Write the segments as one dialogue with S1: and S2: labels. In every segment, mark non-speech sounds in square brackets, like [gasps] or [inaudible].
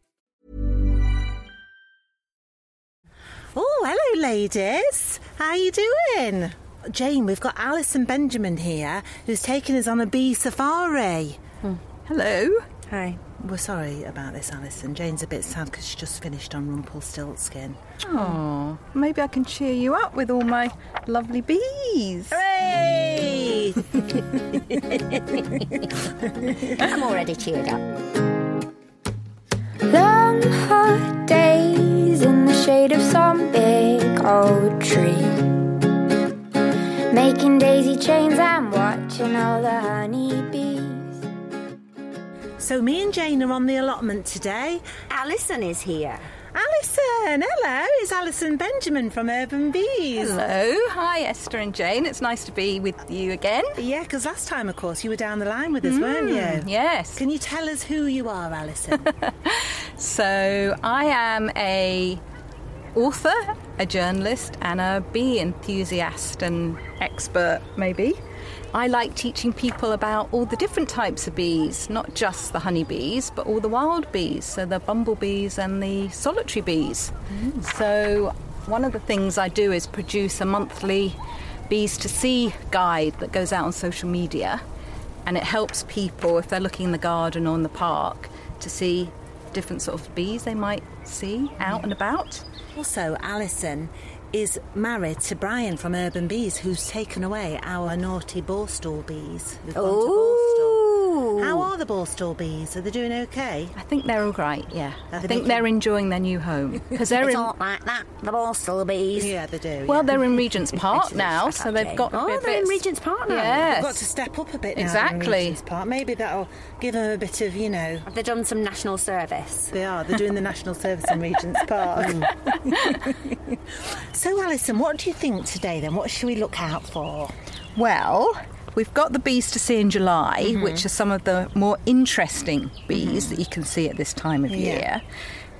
S1: Oh, hello, ladies. How you doing? Jane, we've got Alison Benjamin here, who's taking us on a bee safari.
S2: Hello.
S1: Hi. We're sorry about this, Alison. Jane's a bit sad because she just finished on Rumpelstiltskin.
S2: Oh, maybe I can cheer you up with all my lovely bees.
S3: [laughs]
S1: Hooray!
S3: I'm already cheered up.
S4: Long hot days in the shade of some big old tree. Making daisy chains and watching all the honeybees.
S1: so, me and Jane are on the allotment today.
S3: Alison is here.
S1: Alison, hello. It's Alison Benjamin from Urban Bees.
S2: Hello. Hi, Esther and Jane. It's nice to be with you again.
S1: Yeah, because last time, of course, you were down the line with us, weren't
S3: Mm.
S1: you?
S2: Yes.
S1: Can you tell us who you are, Alison?
S2: So I am a author, a journalist, and a bee enthusiast and expert, maybe. I like teaching people about all the different types of bees, not just the honeybees, but all the wild bees, so the bumblebees and the solitary bees. So one of the things I do is produce a monthly bees to see guide that goes out on social media and it helps people if they're looking in the garden or in the park to see different sort of bees they might see out and about.
S1: Also, Alison is married to Brian from Urban Bees, who's taken away our naughty Borstal bees. We've gone to Borstal. How are the Borstal bees? Are they doing okay?
S2: I think they're all right, yeah. I
S1: they
S2: think
S1: making-
S2: they're enjoying their new
S3: [laughs]
S2: home because they're
S3: It's
S2: in
S3: not like that. The Borstal bees.
S1: Yeah, they do.
S2: well,
S1: yeah.
S2: they're in
S3: [laughs]
S2: Regent's Park
S3: Actually,
S2: now,
S3: shut
S2: so
S3: up,
S2: they've
S3: Jane.
S2: got
S3: Oh,
S2: a bit.
S3: they're in Regent's Park now.
S2: Yes.
S1: They've got to step up a bit now.
S2: Exactly.
S1: In Regent's Park. Maybe that'll give them a bit of, you know.
S3: Have they done some national service?
S1: They are. They're doing the national service in
S2: [laughs]
S1: Regent's Park.
S2: Mm.
S1: [laughs] so, Alison, what do you think today then? What should we look out for?
S2: Well, we've got the bees to see in July,
S3: Mm-hmm.
S2: which are some of the more interesting bees that you can see at this time of year.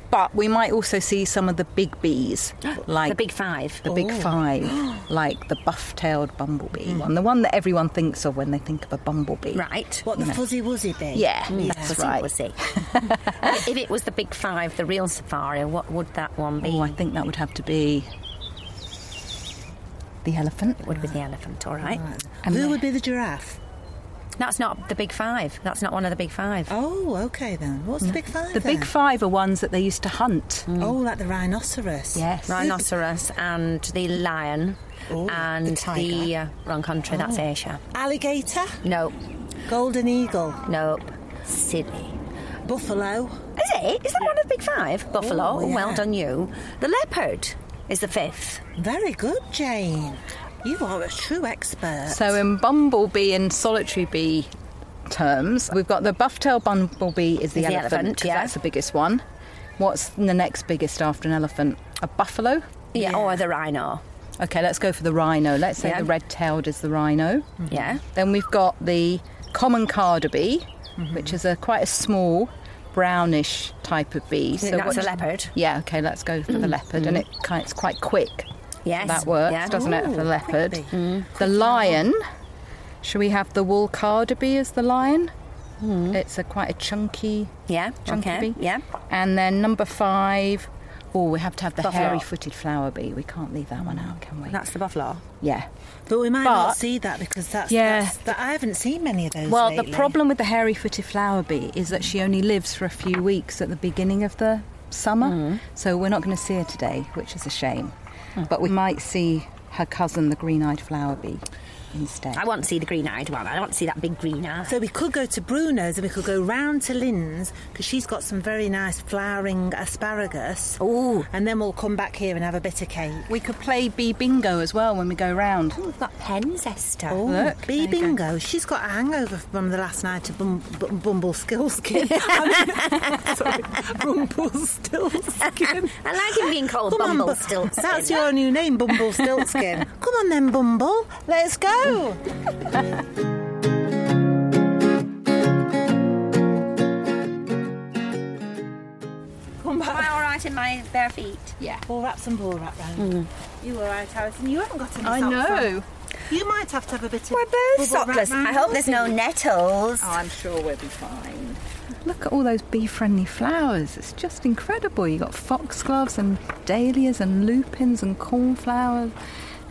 S2: But we might also see some of the big bees, like
S3: [gasps] the big five.
S2: the big
S3: [gasps]
S2: five, like the buff-tailed bumblebee one, the one that everyone thinks of when they think of a bumblebee.
S3: Mm. Right.
S1: What the fuzzy wuzzy bee?
S2: Mm. Yeah, that's
S3: Pussy,
S2: right.
S3: pussy. [laughs] if it was the big five, the real safari, what would that one be?
S2: Oh, I think that would have to be the elephant.
S3: would be the elephant, all right.
S2: Mm.
S1: Who would be the giraffe?
S3: That's not the big five. That's not one of the big five.
S1: Oh, okay then. What's the big five?
S2: Mm. The big
S1: then?
S2: five are ones that they used to hunt.
S1: Oh, like the rhinoceros.
S2: Mm. Yes.
S3: Rhinoceros and the lion
S1: Oh, the
S3: and
S1: tiger.
S3: uh, wrong country, that's Asia.
S1: Alligator,
S3: Nope,
S1: golden eagle,
S3: nope, silly.
S1: buffalo.
S3: Is it? Is that one of the big five? Buffalo.
S1: Oh, yeah.
S3: Well done, you. The leopard is the fifth.
S1: Very good, Jane. You are a true expert.
S2: So, in bumblebee and solitary bee terms, we've got the buff-tailed bumblebee is the,
S3: The
S2: elephant.
S3: elephant,
S2: 'cause
S3: yeah.
S2: That's the biggest one. What's the next biggest after an elephant? A buffalo.
S3: Yeah, or the rhino.
S2: Okay, let's go for the rhino. Let's say
S3: Yeah. Mm-hmm.
S2: the red-tailed is the rhino.
S3: Yeah.
S2: Then we've got the common carder bee,
S3: Mm-hmm.
S2: which is a quite a small brownish type of bee.
S3: think
S2: what-
S3: that's a leopard? Mm-hmm.
S2: Yeah, okay, let's go for the leopard, and it ki- it's quite quick.
S3: Yes.
S2: that works,
S3: yeah.
S2: doesn't it, for the
S1: Ooh, quick
S2: leopard?
S1: bee.
S2: The lion. Should we have the wool carder bee as the lion? It's a quite a chunky,
S3: Yeah,
S2: chunky
S3: okay.
S2: bee.
S3: Yeah.
S2: And then number five. Oh, we have to have the
S3: Buffalo.
S2: hairy-footed flower bee. We can't leave that one out, can we?
S3: That's the buffalo.
S2: yeah.
S1: but we might
S2: but-
S1: not see that because that's,
S2: Yeah.
S1: that's that I haven't seen many of those.
S2: Well,
S1: lately.
S2: the problem with the hairy footed flower bee is that she only lives for a few weeks at the beginning of the summer,
S3: Mm.
S2: so we're not going to see her
S3: Hmm.
S2: today, which is a shame. But we might see her cousin, the green eyed flower bee. instead.
S3: I want to see the green-eyed one. I want to see that big green eye.
S1: So we could go to Bruno's and we could go round to Lynn's because she's got some very nice flowering asparagus.
S3: Ooh.
S1: And then we'll come back here and have a bit of cake.
S2: We could play bee bingo as well when we go round.
S3: Oh, We've got pens, Esther.
S1: Oh,
S2: Look,
S1: Bee
S2: there you go.
S1: Bingo. She's got a hangover from the last night of bum, bum, Bumble
S3: [laughs]
S1: Skillskin. I mean, [laughs] sorry, Bumble Stillskin.
S3: I like him being called
S1: Come on, Bu-
S3: Bumble still.
S1: [laughs] That's your new name, Bumble
S3: [laughs]
S1: Stiltskin. Come on then, Bumble. Let's go.
S3: Mm. Am I all right in my bare feet?
S1: Ball wraps and ball wrap round.
S3: Mm.
S1: You all right, Alison? You haven't got any
S2: I
S1: socks
S2: know.
S1: on. You might have to have a bit of.
S3: We're both
S1: bubble wrap
S3: sockless.
S1: round
S3: I hope there's no
S1: yours.
S3: nettles.
S2: I'm sure we'll be fine. Look at all those bee friendly flowers. It's just incredible. You've got foxgloves and dahlias and lupins and cornflowers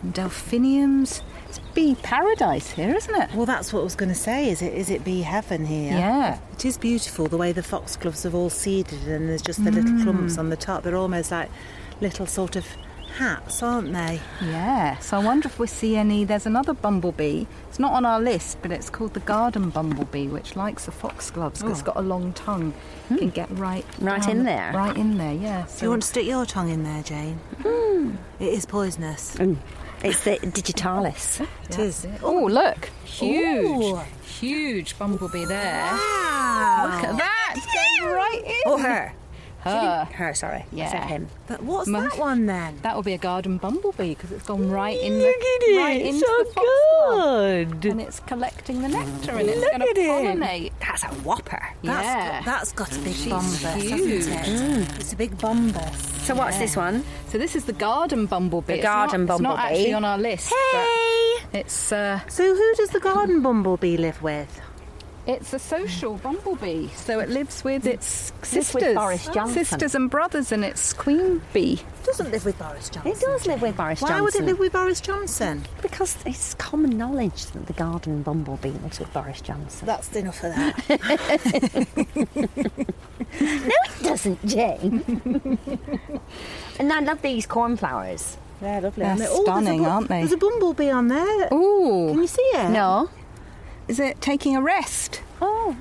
S2: and delphiniums. It's bee paradise here, isn't it?
S1: Well, that's what I was going to say. Is it is it bee heaven here?
S2: Yeah.
S1: It is beautiful the way the foxgloves have all seeded and there's just the little clumps on the top. They're almost like little sort of hats, aren't they?
S2: Yeah. So I wonder if we see any. There's another bumblebee. It's not on our list, but it's called the garden bumblebee, which likes the foxgloves because it's got a long tongue. It Can get right
S3: Right
S2: down-
S3: in there.
S2: Right in there. Yeah.
S1: Do
S2: So
S1: you want to stick your tongue in there, Jane? It is poisonous.
S3: It's the digitalis.
S1: It is.
S2: Oh, look! Huge,
S1: Ooh.
S2: huge bumblebee there.
S1: Wow.
S2: Look at that! It's going right in.
S3: Or her.
S2: Oh, Her.
S3: Her, sorry. I said
S2: Yeah.
S3: him.
S1: But what's
S2: Month.
S1: that one then?
S2: That will be a garden bumblebee because it's gone right in the
S5: at
S2: right
S5: it,
S2: into
S5: so
S2: the foxglove.
S5: good.
S2: and it's collecting the nectar and it's
S5: Look
S2: going to
S5: at it.
S2: pollinate.
S3: That's a whopper.
S1: That's
S2: yeah.
S1: got, that's got a big
S2: She's
S1: bombus,
S2: huge.
S1: hasn't it? It's a big bombus.
S3: So what's this one?
S2: So this is the garden bumblebee.
S3: The
S2: It's not-
S3: garden
S2: It's not
S3: bumblebee.
S2: actually on our list.
S3: Hey!
S2: But it's uh,
S1: So who does the garden bumblebee live with?
S2: it's a social bumblebee. So it lives with its sisters, Oh,
S3: Boris Johnson.
S2: sisters and brothers, and its queen bee.
S1: It doesn't live with Boris Johnson.
S3: It does live with Boris
S1: Why
S3: Johnson.
S1: would it live with Boris Johnson?
S3: Because it's common knowledge that the garden bumblebee lives with Boris Johnson.
S1: That's enough of that.
S3: No, it [laughs] doesn't, Jane. [laughs] and I love these cornflowers.
S1: They're lovely.
S2: They're
S1: aren't they? Oh, there's a
S2: stunning,
S1: bu-
S2: aren't they?
S1: There's a bumblebee on there.
S2: Ooh.
S1: Can you see it?
S2: No. Is it taking a rest?
S3: Oh,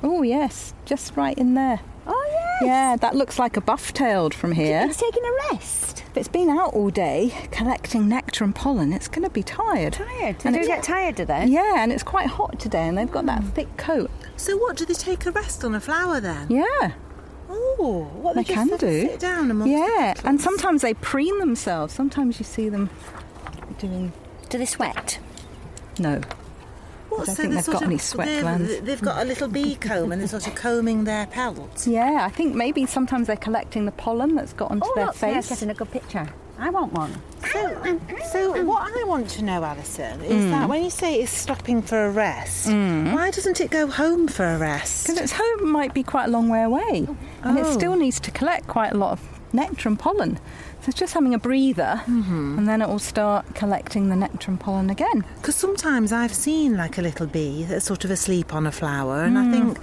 S2: Oh, yes. Just right in there.
S3: oh yes.
S2: Yeah, that looks like a buff tailed from here.
S3: It's taking a rest.
S2: If it's been out all day collecting nectar and pollen, it's going to be tired.
S3: Tired. They
S2: And
S3: do
S2: it's-
S3: get tired, do they?
S2: Yeah, and it's quite hot today, and they've got that thick coat.
S1: So what do they take a rest on a flower then?
S2: Yeah.
S1: Oh, what
S2: They
S1: just
S2: can
S1: have
S2: do.
S1: to Sit down amongst
S2: Yeah,
S1: the
S2: and
S1: petals?
S2: sometimes they preen themselves. Sometimes you see them doing.
S3: Do they sweat?
S2: No.
S1: What,
S2: I
S1: so
S2: don't think
S1: they're
S2: they've
S1: sort
S2: got
S1: of-
S2: any sweat
S1: they've-
S2: glands.
S1: They've got a little
S2: [laughs]
S1: bee comb and they're sort of combing their pelt.
S2: Yeah, I think maybe sometimes they're collecting the pollen that's got onto
S3: Oh,
S2: their
S3: look,
S2: face.
S3: there's getting a good picture. I want one.
S2: Mm,
S1: So, so what I want to know, Alison, is that when you say it's stopping for a rest,
S2: Mm.
S1: why doesn't it go home for a rest?
S2: Because its home might be quite a long way away, and it still needs to collect quite a lot of nectar and pollen. So it's just having a breather, and then it will start collecting the nectar and pollen again.
S1: Because sometimes I've seen like a little bee that's sort of asleep on a flower, and
S2: Hmm.
S1: I think,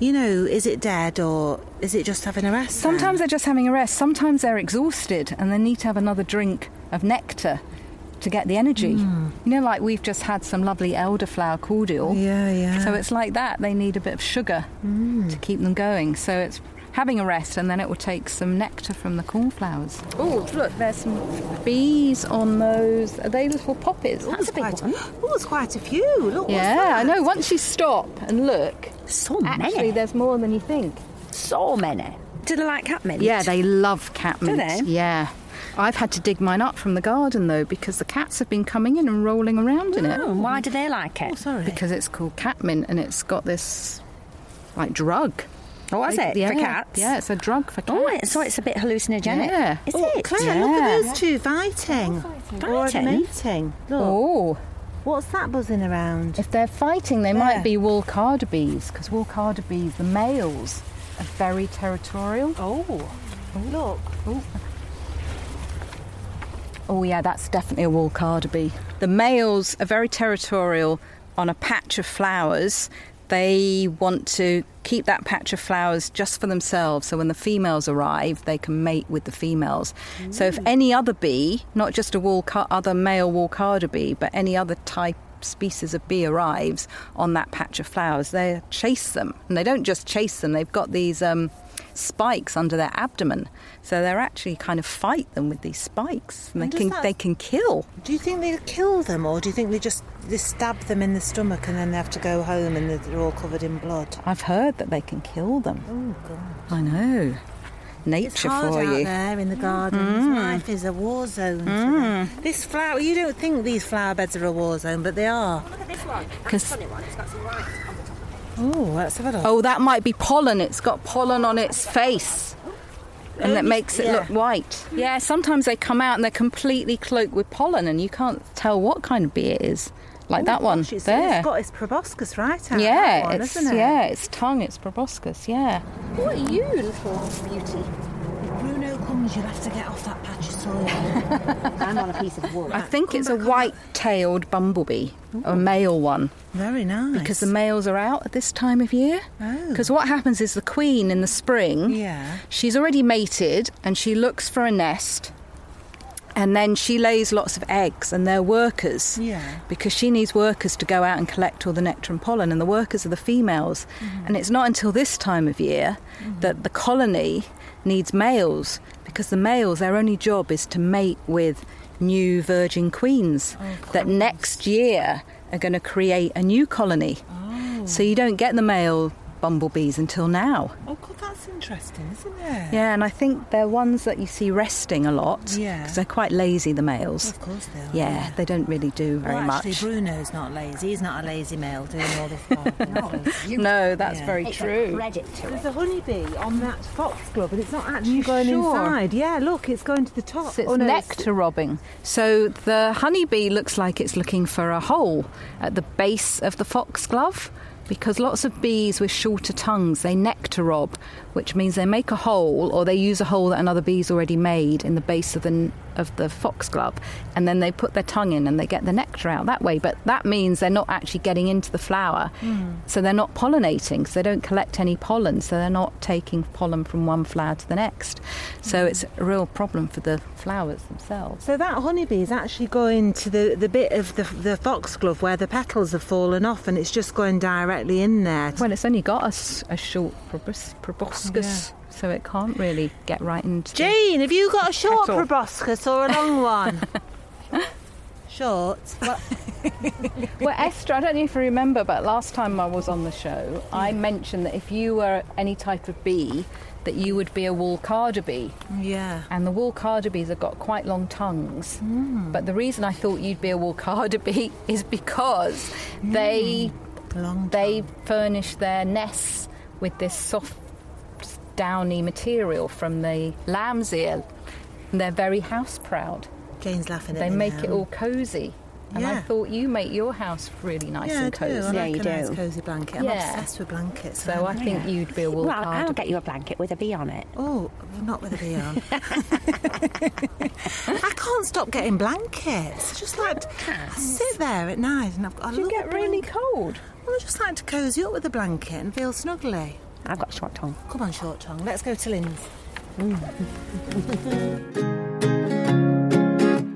S1: you know, is it dead or is it just having a rest? then?
S2: Sometimes they're just having a rest. Sometimes they're exhausted, and they need to have another drink of nectar to get the energy.
S1: Hmm.
S2: You know, like we've just had some lovely elderflower cordial.
S1: Yeah, yeah. Hmm.
S2: So it's like that. They need a bit of sugar to keep them going. So it's having a rest, and then it will take some nectar from the cornflowers. Oh, look, there's some bees on those. Are they little poppies?
S1: That's quite a, oh, there's quite a few. Look, what's
S2: Yeah, I
S1: that?
S2: know. Once you stop and look,
S3: So
S2: actually,
S3: many.
S2: there's more than you think.
S3: so many. Do they like cat mint?
S2: Yeah, they love cat
S3: Do
S2: mints.
S3: they?
S2: Yeah. I've had to dig mine up from the garden though because the cats have been coming in and rolling around in
S3: Oh,
S2: it
S3: why do they like it?
S1: Oh, sorry.
S2: because it's called cat mint and it's got this like drug.
S3: Oh, was it?
S2: yeah.
S3: For cats?
S2: Yeah, it's a drug for cats.
S3: Oh, it- so it's a bit hallucinogenic.
S2: Yeah.
S3: Is
S1: Oh,
S3: it?
S1: Claire, look
S2: Yeah.
S1: at those two fighting. Or
S3: Fighting?
S1: mating. Look,
S2: Oh,
S1: what's that buzzing around?
S2: if they're fighting, they might
S1: There.
S2: be woolcarder bees because woolcarder bees, the males, are very territorial.
S1: Oh, look.
S2: Oh, yeah, that's definitely a woolcarder bee. The males are very territorial on a patch of flowers. They want to keep that patch of flowers just for themselves so when the females arrive, they can mate with the females. So, if any other bee, not just a woolcar- other male woolcarder bee, but any other type species of bee arrives on that patch of flowers, they chase them. And they don't just chase them, they've got these um, spikes under their abdomen. So they're actually kind of fight them with these spikes. And,
S1: And
S2: they,
S1: does
S2: can,
S1: that-
S2: they can kill.
S1: Do you think they'll kill them, or do you think they just they stab them in the stomach and then they have to go home and they're all covered in blood?
S2: I've heard that they can kill them. Oh, God. I know. Nature
S1: It's hard
S2: for
S1: out
S2: you. Mm.
S1: there in the gardens. Life is a war zone. for them. This flower, you don't think these flower beds are a war zone, but they are.
S3: Look at this one.
S2: 'Cause-
S3: That's a funny one. It's got some lines on the top.
S1: Oh, let's have a look.
S2: Oh, that might be pollen. It's got pollen on its face. And that makes
S1: Oh,
S2: it
S1: yeah.
S2: look white. Yeah, sometimes they come out and they're completely cloaked with pollen and you can't tell what kind of bee it is. Like that one
S1: Oh Gosh, it's,
S2: there.
S1: It's got its proboscis right out.
S2: yeah,
S1: that one,
S2: it's
S1: isn't it?
S2: yeah, its tongue, it's proboscis, yeah.
S3: What are you, little beauty?
S1: Bruno comes, you'll have to get off that patch of soil.
S3: I'm on a piece of wood.
S2: I think it's a white-tailed bumblebee, a male one.
S1: Very nice.
S2: because the males are out at this time of year.
S1: Oh.
S2: Because what happens is the queen in the spring,
S1: Yeah.
S2: she's already mated and she looks for a nest. And then she lays lots of eggs, and they're workers.
S1: Yeah.
S2: Because she needs workers to go out and collect all the nectar and pollen, and the workers are the females.
S1: Mm-hmm.
S2: And it's not until this time of year that the colony needs males, because the males, their only job is to mate with new virgin queens that next year are going to create a new colony. So you don't get the male bumblebees until now.
S1: oh, God, that's interesting, isn't it?
S2: Yeah, and I think they're ones that you see resting a lot.
S1: Yeah.
S2: Because they're quite lazy, the males.
S1: Of course they are,
S2: Yeah, they don't really do very
S1: well,
S2: much.
S1: actually, Bruno's not lazy. He's not a lazy male doing all this.
S2: [laughs]
S1: no.
S2: no, that's very
S3: It's
S2: true.
S3: Credit to it.
S1: a honeybee on that foxglove, but it's not actually going
S2: sure?
S1: inside. Yeah, look, it's going to the top.
S2: So it's
S1: Oh, no, it's-
S2: nectar robbing. So the honeybee looks like it's looking for a hole at the base of the foxglove because lots of bees with shorter tongues they nectar rob, which means they make a hole or they use a hole that another bee's already made in the base of the of the foxglove and then they put their tongue in and they get the nectar out that way but that means they're not actually getting into the flower so they're not pollinating so they don't collect any pollen so they're not taking pollen from one flower to the next so it's a real problem for the flowers themselves
S1: So that honeybee is actually going to the, the bit of the, the foxglove where the petals have fallen off and it's just going directly in there.
S2: well it's only got a, s- a short probos- proboscis so it can't really get right into the-
S1: Jane, have you got a short
S2: Petal.
S1: proboscis or a long
S2: [laughs]
S1: one? short? Well,
S2: Well, Esther, I don't know if you remember, but last time I was on the show, I mentioned that if you were any type of bee, that you would be a woolcarder bee.
S1: yeah.
S2: And the woolcarder bees have got quite long tongues.
S1: Hmm.
S2: But the reason I thought you'd be a woolcarder bee [laughs] is because they
S1: Hmm. Long
S2: they furnish their nests with this soft downy material from the lamb's ear. And they're very house proud.
S1: Jane's laughing at
S2: They
S1: me
S2: make
S1: now.
S2: it all cozy. And I
S1: Yeah.
S2: thought you make your house really nice
S1: Yeah, I
S2: and
S1: do. I
S2: cozy.
S1: like
S3: Yeah, you
S1: a nice
S3: do.
S1: cosy blanket. I'm
S2: Yeah.
S1: obsessed with blankets.
S2: So I think you'd be a wool
S3: Well, I'll
S2: card.
S3: get you a blanket with a bee on it.
S1: Oh, well, not with a bee on. [laughs] I can't stop getting blankets. I just like I sit there at night and I've got. I love a blanket.
S2: cold.
S1: Well, I just like to cosy up with a blanket and feel snuggly.
S3: I've got short tongue.
S1: Come on, short tongue. Let's go to Lynn's. [laughs]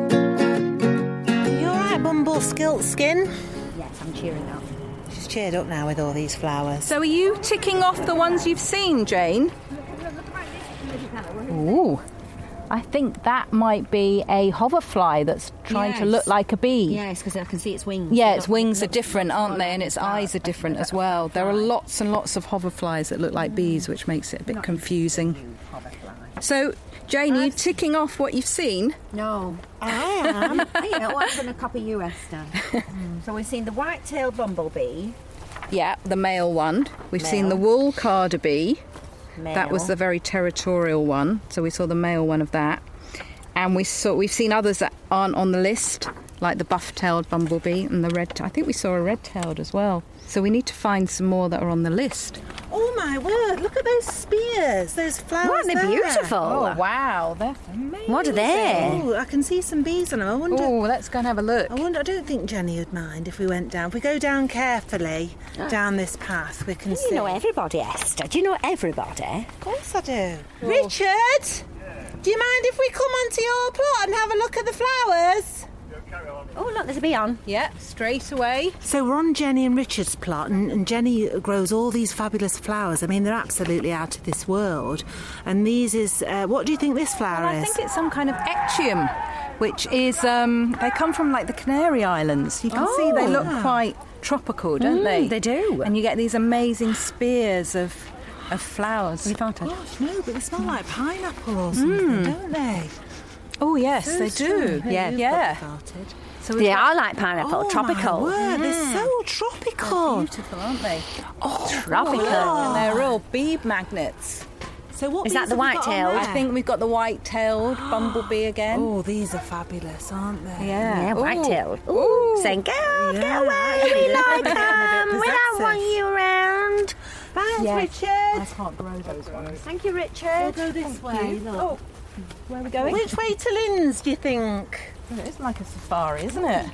S1: You all right, Bumble Skilt Skin?
S3: Yes, I'm cheering up.
S1: She's cheered up now with all these flowers.
S2: So are you ticking off the ones you've seen, Jane? Ooh. I think that might be a hoverfly that's trying to
S3: Yes.
S2: look like a bee.
S3: Yes, because I can see its wings.
S2: Yeah, its
S3: It looks-
S2: wings are
S3: looks
S2: different,
S3: like
S2: aren't they?
S3: one
S2: And its
S3: of
S2: eyes are
S3: the-
S2: different as well. There are lots and lots of hoverflies that look like bees, which makes it a bit confusing. So, Jane, are you ticking off what you've seen?
S3: No, I [laughs] am. you know, I'm going to copy you, [laughs] Esther. Mm,
S5: So we've seen the white-tailed bumblebee.
S2: Yeah, the male one. We've seen the wool carder bee. That was the very territorial one. So we saw the male one of that, and we saw we've seen others that aren't on the list, like the buff-tailed bumblebee and the red. I think we saw a red-tailed as well. So we need to find some more that are on the list.
S1: Oh my word, look at those spears, those flowers.
S3: Aren't they
S1: there.
S3: beautiful?
S2: Oh, wow, that's amazing.
S3: What are they?
S1: Oh, I can see some bees on them. I wonder.
S2: Oh, let's go and have a look.
S1: I wonder. I don't think Jenny would mind if we went down. If we go down carefully down this path, we can see.
S3: Ah. You know everybody, Esther. Do you know everybody?
S1: Of course I do.
S3: Oh.
S1: Richard, do you mind if we come onto your plot and have a look at the flowers?
S6: Carry on.
S3: Oh, look, there's a bee on.
S2: Yeah, straight away.
S1: So we're on Jenny and Richard's plot, and, and Jenny grows all these fabulous flowers. I mean, they're absolutely out of this world. And these is uh, what do you think this flower
S2: Well, I
S1: is?
S2: think it's some kind of ecchium, which is um, they come from like the Canary Islands. You can see they look
S1: Oh. Mm,
S2: quite tropical, don't they?
S3: they do.
S2: And you get these amazing spears of of flowers.
S1: Gosh, no, but they smell like pineapple or something,
S3: Hmm.
S1: don't they?
S2: Oh yes, they do. Yeah, yeah. So we've
S3: They
S2: got-
S3: are like pineapple,
S1: Oh,
S3: tropical. Hmm.
S1: My word, They're so tropical.
S2: beautiful, aren't they?
S3: Tropical.
S1: Oh.
S2: And they're all bead magnets.
S1: So what
S3: Is that
S1: bees
S3: the
S1: have we got on
S3: white-tailed?
S1: there?
S2: I think we've got the white-tailed bumblebee again.
S1: Oh, these are fabulous, aren't they? Oh,
S2: Yeah.
S3: Yeah,
S2: Ooh.
S3: white tail. Ooh, saying, go,
S1: Yeah.
S3: go away, [laughs]
S1: [laughs]
S3: we
S1: Yeah.
S3: like
S1: They're a
S3: them,
S1: bit
S3: we don't
S1: possessive.
S3: want you around.
S1: Thanks,
S2: Yeah.
S1: Richard.
S3: Thank you, Richard.
S1: Oh, Go this way. look.
S2: Oh, Where are we going?
S1: Which way to Lynn's, do you think?
S2: It's like a safari, isn't it?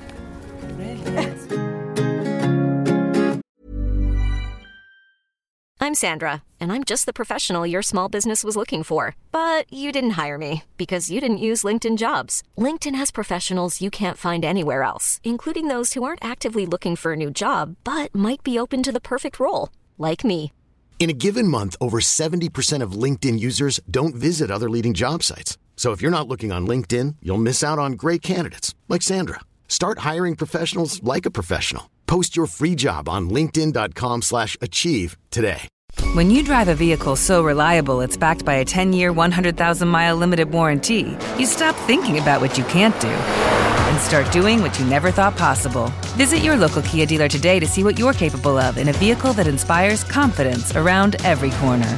S6: I'm Sandra, and I'm just the professional your small business was looking for. But you didn't hire me because you didn't use LinkedIn jobs. LinkedIn has professionals you can't find anywhere else, including those who aren't actively looking for a new job but might be open to the perfect role, like me.
S7: In a given month, over 70% of LinkedIn users don't visit other leading job sites. So if you're not looking on LinkedIn, you'll miss out on great candidates like Sandra. Start hiring professionals like a professional. Post your free job on linkedin.com/achieve slash achieve today.
S8: When you drive a vehicle so reliable it's backed by a 10 year, 100,000 mile limited warranty, you stop thinking about what you can't do and start doing what you never thought possible. Visit your local Kia dealer today to see what you're capable of in a vehicle that inspires confidence around every corner.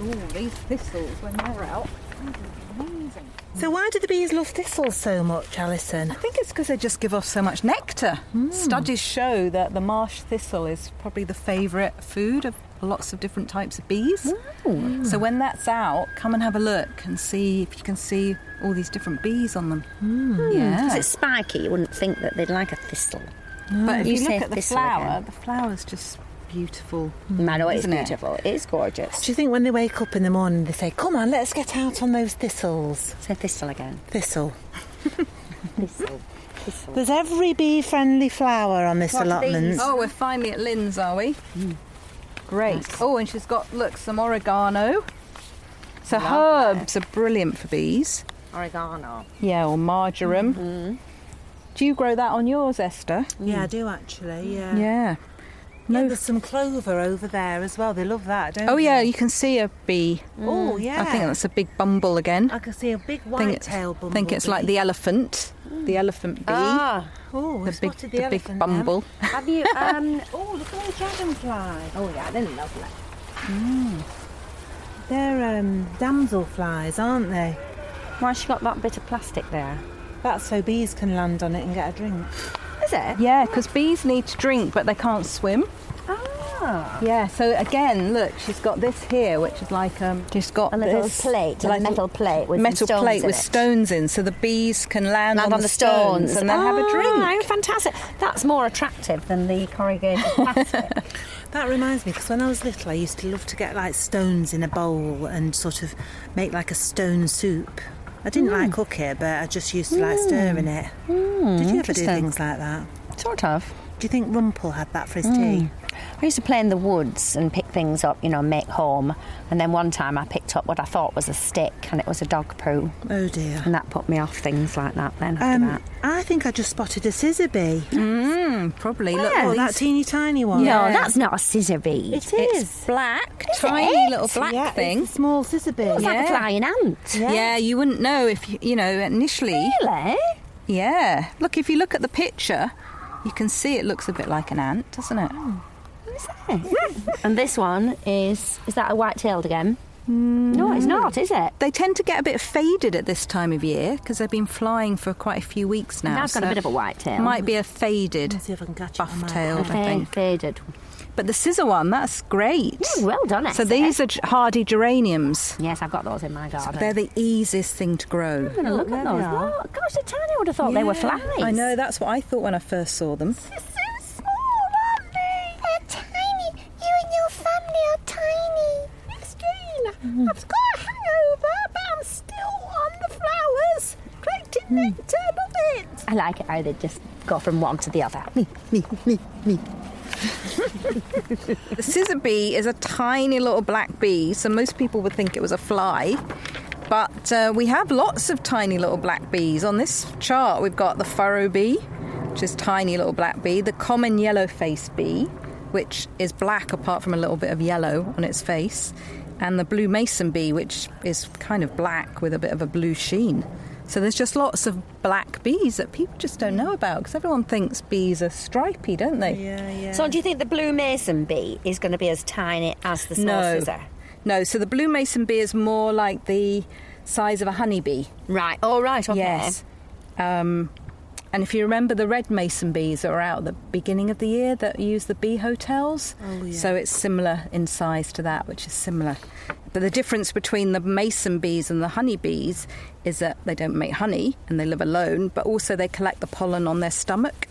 S2: Oh, these thistles when they're out. Amazing.
S1: So why do the bees love thistles so much, Alison?
S2: I think it's because they just give off so much nectar. Studies show that the marsh thistle is probably the favourite food of lots of different types of bees. So when that's out, come and have a look and see if you can see all these different bees on them. Hmm.
S3: Because
S2: Yeah.
S3: it's Hmm. spiky, you wouldn't think that they'd like a thistle.
S2: But if you,
S3: say
S2: look at the
S3: thistle
S2: flower,
S3: again.
S2: the flower's just beautiful.
S3: Mano, oh, it's
S2: isn't it?
S3: beautiful. It is gorgeous.
S1: Do you think when they wake up in the morning they say, "Come on, let's get out on those thistles"?
S3: Say thistle again.
S1: Thistle.
S3: Thistle. Thistle.
S1: There's every bee-friendly flower on this
S3: What are
S1: allotment.
S3: these?
S2: Oh, we're finally at Lynn's, are we? Great. Oh, and she's got, look, some oregano. So herbs are brilliant for bees.
S3: Oregano.
S2: Yeah, or marjoram. Do you grow that on yours, Esther?
S1: Yeah, I do actually. Yeah.
S2: Yeah.
S1: No, there's some clover over there as well. They love that, don't
S2: Oh,
S1: they?
S2: yeah, you can see a bee.
S1: Oh yeah.
S2: I think that's a big bumble again.
S1: I can see a big
S2: I think
S1: white
S2: it's,
S1: tail bumblebee.
S2: think it's like the elephant, the elephant bee.
S3: Ah,
S1: oh,
S2: the
S1: we
S2: big,
S1: spotted
S2: the big
S1: elephant then.
S2: bumble.
S3: have you? [laughs] Um,
S1: Oh, look at those dragonflies.
S3: oh yeah, they're lovely.
S2: Mm.
S1: They're um, damselflies, aren't they?
S3: Why she got that bit of plastic there?
S1: That's so bees can land on it and get a drink.
S3: Is it?
S2: Yeah, because bees need to drink, but they can't swim.
S3: Ah.
S2: Yeah, so again, look, she's got this here, which is like um, she's got
S3: A little
S2: this,
S3: plate, a metal plate with some
S2: metal
S3: stones
S2: plate
S3: in
S2: with
S3: it.
S2: stones in, so the bees can land,
S3: Land
S2: on, the stones, and then have a
S3: Ah,
S2: drink.
S3: fantastic. That's more attractive than the corrugated plastic.
S1: That reminds me, because when I was little, I used to love to get like stones in a bowl and sort of make like a stone soup. I didn't
S2: Hmm.
S1: like cook it, but I just used to like stirring it. Did you ever do
S3: interesting.
S1: things like that?
S3: sort of.
S1: Do you think Rumpel had that for his tea?
S3: I used to play in the woods and pick things up, you know, make home. And then one time I picked up what I thought was a stick and it was a dog poo.
S2: Hmm.
S1: Oh dear.
S3: And that put me off things like that then after
S1: Um,
S3: that.
S1: I think I just spotted a scissor bee.
S2: Probably.
S1: Oh,
S2: Look,
S1: that
S2: these-
S1: teeny tiny one.
S3: No, that's not a scissor bee.
S1: It
S2: it's
S1: is.
S2: black,
S3: Is
S2: tiny
S3: it?
S2: little black
S1: yeah,
S2: thing.
S1: It's a small scissor bee.
S3: It's like a
S2: yeah.
S3: flying ant.
S2: yeah. you wouldn't know if you, you know initially.
S3: Really?
S2: Yeah, look, if you look at the picture, you can see it looks a bit like an ant, doesn't it?
S3: Is it? and this one is, is that a white tailed again?
S2: Mm.
S3: No, it's not, is it?
S2: They tend to get a bit faded at this time of year because they've been flying for quite a few weeks now.
S3: Now it's got a
S2: so
S3: bit of a white tail.
S2: Might be a faded.
S1: Let's see if I can catch it on my
S2: Buff-tailed, I
S3: Fade-
S2: think.
S3: Faded.
S2: But the scissor one, that's great.
S3: well done,
S2: Hmm. So
S3: Esther.
S2: these are ge- hardy geraniums.
S3: Yes, I've got those in my garden.
S2: They're the easiest thing to grow.
S3: I'm going to look
S2: there
S3: at
S2: they
S3: those.
S2: are.
S3: Look, gosh, the tiny would have thought they were
S2: Yeah.
S3: flies.
S2: I know, that's what I thought when I first saw them.
S4: They're tiny. You and your family are tiny. Miss Jane,
S2: Mm-hmm.
S4: I've got a hangover, but I'm still on the flowers. Collecting
S2: Mm.
S4: nectar, love it.
S3: I like it how they just go from one to the other.
S2: The scissor bee is a tiny little black bee, so most people would think it was a fly. But uh, we have lots of tiny little black bees. On this chart, we've got the furrow bee, which is tiny little black bee, the common yellow faced bee, which is black apart from a little bit of yellow on its face, and the blue mason bee, which is kind of black with a bit of a blue sheen. So there's just lots of black bees that people just don't know about because everyone thinks bees are stripy, don't they? Yeah, yeah.
S3: So do you think the blue mason bee is going to be as tiny as the small scissor?
S2: No, so the blue mason bee is more like the size of a honeybee.
S3: Right. All right. Okay.
S2: Yes. Um, and if you remember the red mason bees that were out at the beginning of the year that use the bee hotels, oh, yeah. so it's similar in size to that, which is similar. But the difference between the mason bees and the honey bees is that they don't make honey and they live alone, but also they collect the pollen on their stomach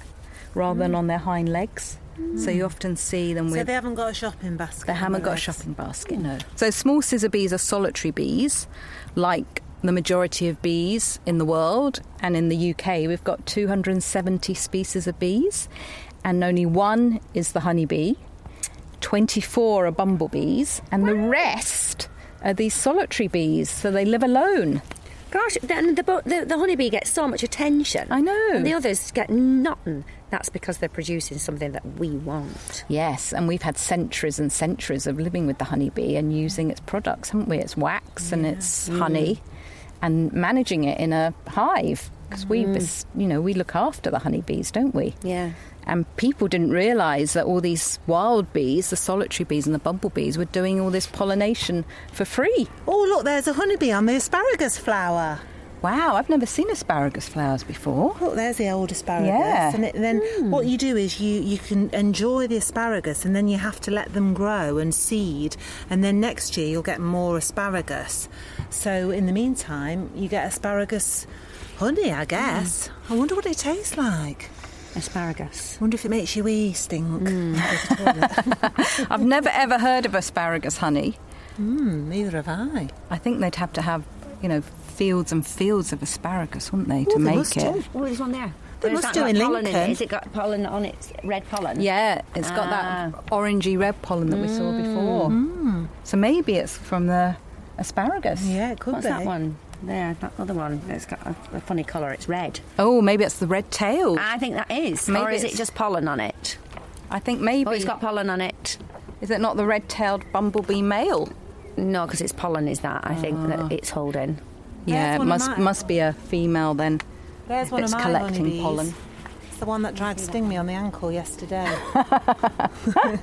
S2: rather than on their hind legs. So you often see them with
S1: So they haven't got a shopping basket.
S2: they
S1: on
S2: haven't
S1: the
S2: got a
S1: legs.
S2: shopping basket, no. So small scissor bees are solitary bees, like the majority of bees in the world. And in the UK, we've got 270 species of bees, and only one is the honeybee, 24 are bumblebees, and the rest are these solitary bees. So they live alone.
S3: Gosh, then the, bo- the the honeybee gets so much attention.
S2: I know.
S3: And the others get nothing. That's because they're producing something that we want.
S2: Yes, and we've had centuries and centuries of living with the honeybee and using its products, haven't we? Its wax and its honey, and managing it in a hive because we, bes- you know, we look after the honeybees, don't we?
S3: Yeah.
S2: And people didn't realise that all these wild bees, the solitary bees and the bumblebees, were doing all this pollination for free.
S1: Oh, look, there's a honeybee on the asparagus flower.
S2: Wow, I've never seen asparagus flowers before.
S1: Look, there's the old asparagus.
S2: Yeah. Hmm.
S1: And it, then what you do is you, you can enjoy the asparagus and then you have to let them grow and seed. And then next year you'll get more asparagus. So in the meantime, you get asparagus honey,
S2: Hmm.
S1: I guess. I wonder what it tastes like.
S3: Asparagus.
S1: I wonder if it makes you wee stink.
S2: Hmm. I've never ever heard of asparagus honey.
S1: Hmm, [laughs] neither have I.
S2: I think they'd have to have, you know, fields and fields of asparagus, wouldn't they, to
S1: they
S2: make
S1: must
S2: it?
S1: do.
S3: Oh, there's one there.
S1: They
S3: Where's
S1: must
S3: that
S1: do in
S3: got pollen In it?
S1: Lincoln.
S3: Is it got pollen on it? Red pollen.
S2: Yeah, it's got that orangey red pollen that we saw before. So maybe it's from the asparagus.
S1: Yeah, it could
S3: What's
S1: be.
S3: that one? There, that other one. It's got a, a funny colour. It's red.
S2: Oh, maybe it's the red tail.
S3: I think that is.
S2: Maybe
S3: or is it
S2: it's-
S3: just pollen on it?
S2: I think maybe.
S3: Oh, it's got pollen on it.
S2: Is it not the red tailed bumblebee male?
S3: No, because it's pollen. Is that? I think that it's holding.
S2: Yeah, it
S1: one of
S2: must
S1: mine.
S2: must be a female then.
S1: There's
S2: if
S1: one
S2: it's
S1: of my
S2: collecting
S1: honeybees.
S2: pollen.
S1: It's the one that tried to sting me on the ankle
S2: [laughs]
S1: yesterday.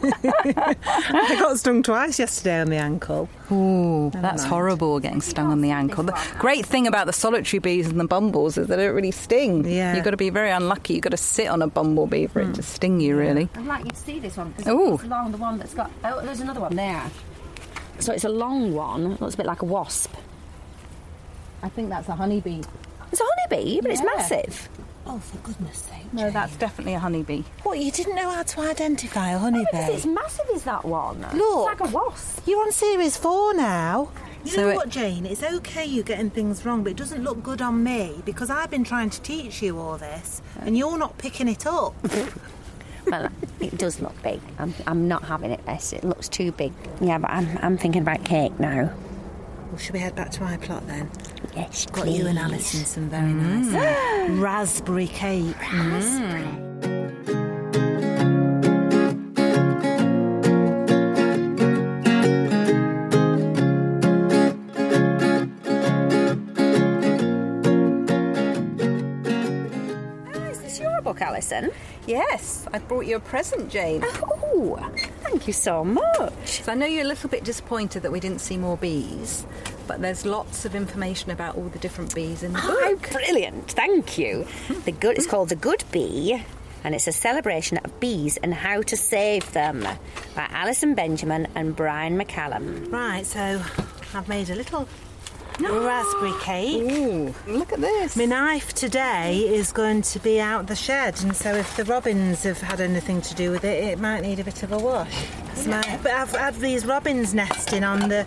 S1: I got stung twice yesterday on the ankle.
S2: Ooh, that's
S1: mind.
S2: horrible getting stung on the ankle. The great thing about the solitary bees and the bumbles is they don't really sting.
S1: Yeah.
S2: You've got to be very unlucky. You've got to sit on a bumblebee for it to sting you, really.
S3: I'd like you to see this one because
S2: Ooh.
S3: it's long. The one that's got oh, there's another one there. So it's a long one. Looks a bit like a wasp.
S2: I think that's a honeybee.
S3: It's a honeybee, but it's
S2: Yeah.
S3: massive.
S1: Oh, for goodness sake.
S2: No, that's definitely a honeybee.
S1: What, you didn't know how to identify a
S2: Oh,
S3: Because
S1: honeybee?
S3: it's massive. Is that one?
S1: Look.
S3: it's like a wasp.
S1: You're on series four now. You
S2: So
S1: know
S2: it-
S1: what, Jane? It's okay you getting things wrong, but it doesn't look good on me because I've been trying to teach you all this and you're not picking it up.
S3: well, it does look big. I'm, I'm not having it. This it looks too big. Yeah, but I'm, I'm thinking about cake now.
S1: Well, should we head back to my plot then?
S3: Yes,
S1: Got you and Alison some very
S2: Mm.
S1: nice uh,
S2: [gasps]
S1: raspberry cake. Mm.
S3: Is this your book, Alison?
S2: Yes, I brought you a present, Jane.
S3: Oh, thank you so much.
S2: So I know you're a little bit disappointed that we didn't see more bees, but there's lots of information about all the different bees in the
S3: Oh,
S2: book.
S3: brilliant! Thank you. The good. It's called the Good Bee, and it's a celebration of bees and how to save them by Alison Benjamin and Brian McCallum.
S1: Right, so I've made a little raspberry cake. Ooh,
S2: look at this.
S1: My knife today is going to be out the shed, and so if the robins have had anything to do with it, it might need a bit of a wash. It's my- but I've had these robins nesting on the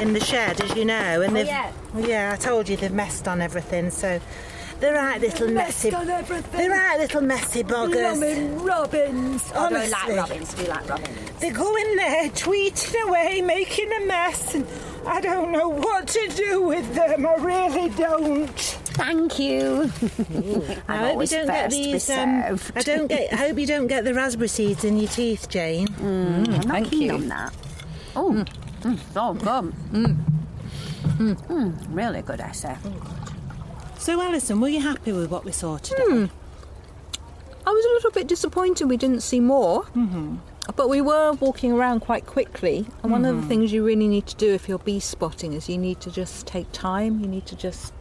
S1: in the shed, as you know, and
S5: Oh,
S1: they've
S5: yeah.
S1: well, yeah, I told you they've messed on everything, so. They're right little messy. They're right little messy buggers.
S5: Blooming robins. I don't like
S1: Honestly.
S5: robins. Do you like robins?
S1: They go in there tweeting away, making a mess, and I don't know what to do with them. I really don't.
S3: Thank you.
S1: [laughs] I hope
S3: I'm
S1: you
S3: always
S1: don't get
S3: first to be
S1: these. Um,
S3: served.
S1: I don't get. I hope you don't get the raspberry seeds in your teeth, Jane.
S3: Mm, I'm not
S1: thank
S3: keen
S1: you.
S3: on that. Oh, so good.
S2: Mm.
S3: really good, I say.
S1: [laughs] So, Alison, were you happy with what we saw today?
S2: I was a little bit disappointed we didn't see more.
S3: Mm-hmm.
S2: But we were walking around quite quickly, and one of the
S3: Mm-hmm.
S5: Mhm.
S2: things you really need to do if you're bee spotting is you need to just take time, you need to just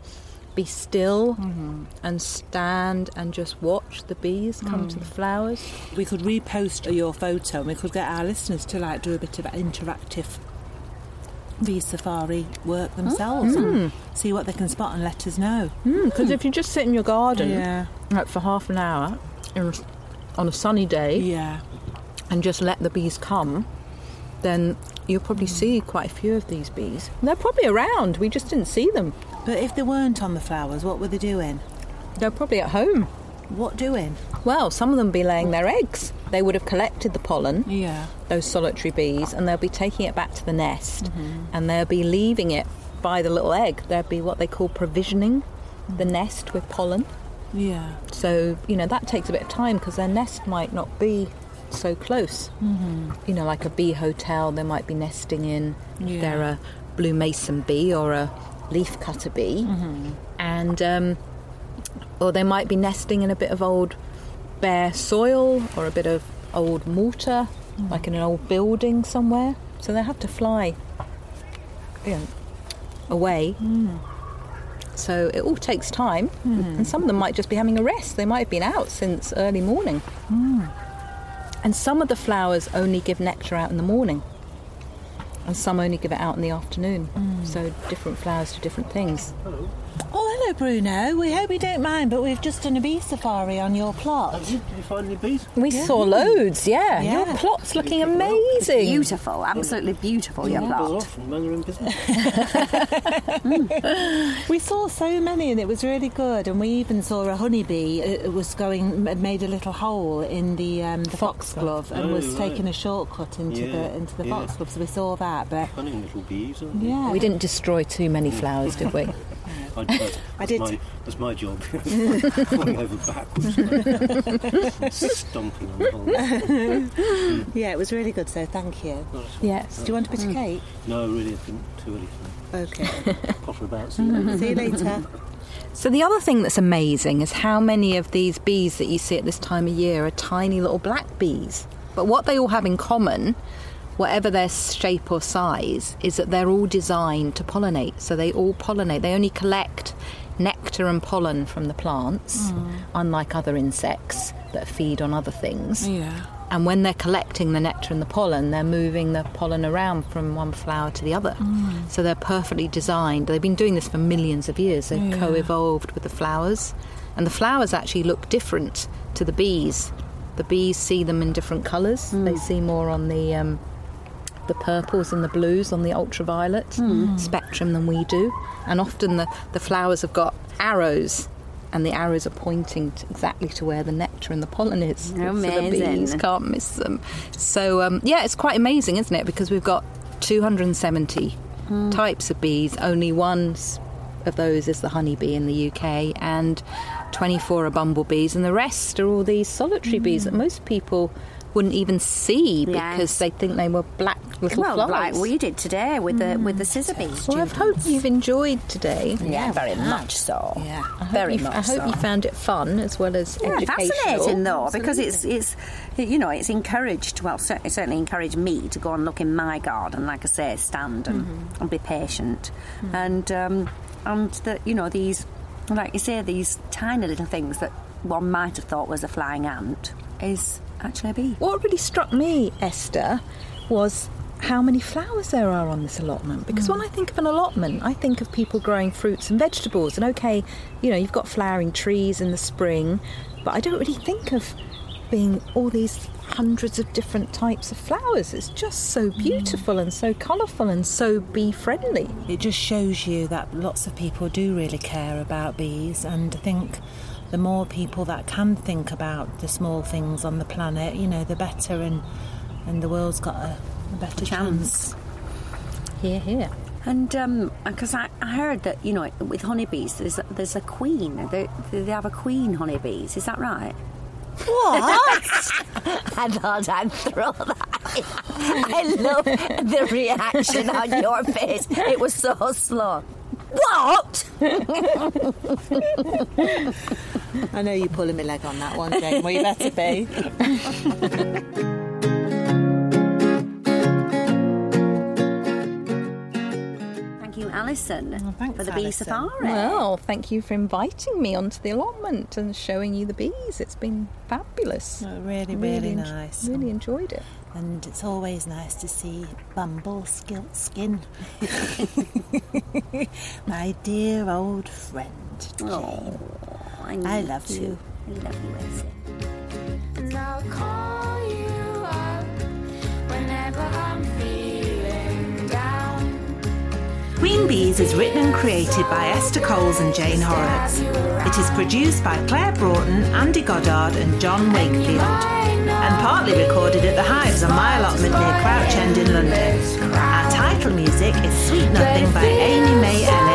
S2: be still
S3: Mm-hmm.
S2: and stand and just watch the bees come to
S1: Mm.
S2: the flowers.
S1: We could repost your photo, and we could get our listeners to like do a bit of interactive bee safari work themselves, and see what they can spot, and let us know.
S2: Because Hmm, if you just sit in your garden
S1: Hmm. Yeah.
S2: like for half an hour in- on a sunny day
S1: yeah.
S2: and just let the bees come, then you'll probably see quite a few of these bees. They're probably around, we just didn't see them.
S1: But if they weren't on the flowers, what were they doing?
S2: They're probably at home.
S1: What doing?
S2: Well, some of them be laying their eggs. They would have collected the pollen,
S1: yeah.
S2: those solitary bees, and they'll be taking it back to the nest and they'll be leaving it by the little egg. There'll be what they call provisioning the nest with pollen.
S1: Yeah.
S2: So, you know, that takes a bit of time because their nest might not be so close.
S1: Mm-hmm.
S2: You know, like a bee hotel, they might be nesting in.
S1: Yeah.
S2: They're a blue mason bee or a leafcutter bee.
S1: Mm-hmm.
S2: And, um, or they might be nesting in a bit of old bare soil or a bit of old mortar,
S1: Mm.
S2: like in an old building somewhere. So they have to fly you know, away. So it all takes time, and some of them might just be having a rest. They might have been out since early morning. Hmm. And some of the flowers only give nectar out in the morning, and some only give it out in the afternoon. So different flowers do different things.
S1: Oh, hello, Bruno. We hope you don't mind, but we've just done a bee safari on your plot. Did you, find any bees?
S2: We saw loads, yeah. Your plot's looking amazing.
S3: Beautiful, absolutely beautiful, your plot.
S1: We saw so many, and it was really good. And we even saw a honeybee. It it was going, m- made a little hole in the um, the foxglove, and
S9: Oh,
S1: was
S9: right.
S1: taking a shortcut into
S9: Yeah,
S1: the into the
S9: yeah.
S1: foxglove. So we saw that, but
S9: Funny little bees,
S1: [laughs]
S9: aren't they?
S1: yeah,
S2: We didn't destroy too many flowers, did we?
S9: I, that's,
S1: [laughs] I did.
S9: My, that's my
S1: [laughs]
S9: job. [laughs] Falling over backwards. like, stomping on the hole.
S1: yeah, it was really good. So thank you.
S2: [laughs] Yes.
S1: Do you want a bit of cake?
S9: No, really, I think too early for
S1: Okay.
S9: that. Potter about. See you later.
S1: See you later.
S2: So the other thing that's amazing is how many of these bees that you see at this time of year are tiny little black bees. But what they all have in common, whatever their shape or size, is that they're all designed to pollinate. So they all pollinate. They only collect nectar and pollen from the plants, unlike other insects that feed on other things.
S1: Yeah.
S2: And when they're collecting the nectar and the pollen, they're moving the pollen around from one flower to the other. So they're perfectly designed. They've been doing this for millions of years. They've
S1: Yeah.
S2: co evolved with the flowers. And the flowers actually look different to the bees. The bees see them in different colours. They see more on the, um, the purples and the blues, on the ultraviolet
S3: Hmm.
S2: spectrum than we do. And often the, the flowers have got arrows. And the arrows are pointing to exactly to where the nectar and the pollen is. So the bees
S3: Amazing.
S2: can't miss them. So um, yeah, it's quite amazing, isn't it? Because we've got 270
S3: Hmm.
S2: types of bees. Only one s- of those is the honeybee in the UK, and 24 are bumblebees, and the rest are all these solitary bees that most people wouldn't even see
S3: Hmm. Yes.
S2: because they think they were black little
S3: Well,
S2: flies.
S3: like we did today with the with the scissor bees.
S2: Mm. Well, I hope you've enjoyed today.
S3: Yeah, very much so.
S2: Yeah, I hope
S3: Very
S2: you,
S3: much
S2: I hope
S3: so.
S2: you found it fun as well as
S3: Yeah,
S2: educational.
S3: fascinating though, because it's it's you know it's encouraged. Well, cer- it certainly encouraged me to go and look in my garden, like I say, stand and, and be patient, and um, and that you know these, like you say, these tiny little things that one might have thought was a flying ant is actually a bee.
S2: What really struck me, Esther, was how many flowers there are on this allotment. Because
S3: Hmm.
S2: when I think of an allotment, I think of people growing fruits and vegetables. And okay, you know, you've got flowering trees in the spring, but I don't really think of being all these hundreds of different types of flowers. It's just
S3: Hmm.
S2: so beautiful and so colourful and so bee friendly.
S1: It just shows you that lots of people do really care about bees, and I think the more people that can think about the small things on the planet, you know, the better, and and the world's got a, a better chance.
S2: Here, here.
S3: And because I, I heard that you know with honeybees there's a, there's a queen. They, they have a queen honeybees. Is that right?
S4: What?
S3: [laughs] I thought I'd throw that.
S4: I love the reaction on your face. It was so slow. What?
S1: I know you're pulling my leg on that one, Jane. Well, you better be.
S3: Thank you, Alison, for the bee
S2: Alison.
S3: safari.
S2: Well, thank you for inviting me onto the allotment and showing you the bees. It's been fabulous.
S1: [laughs] really, really,
S2: en-
S1: nice.
S2: Really enjoyed it.
S1: And it's always nice to see Bumble Skilt [laughs] Skin. My dear old friend, Jane.
S3: I,
S4: need
S1: love you.
S4: you.
S3: I love you, Elsie.
S4: And I'll call you up whenever I'm feeling down.
S10: Queen Bees is written and created by Esther Coles and Jane Horrocks. It is produced by Claire Broughton, Andy Goddard, and John Wakefield, and partly recorded at the Hives on my allotment near Crouch End in London. Our title music is Sweet Nothing by Amy May Ellis.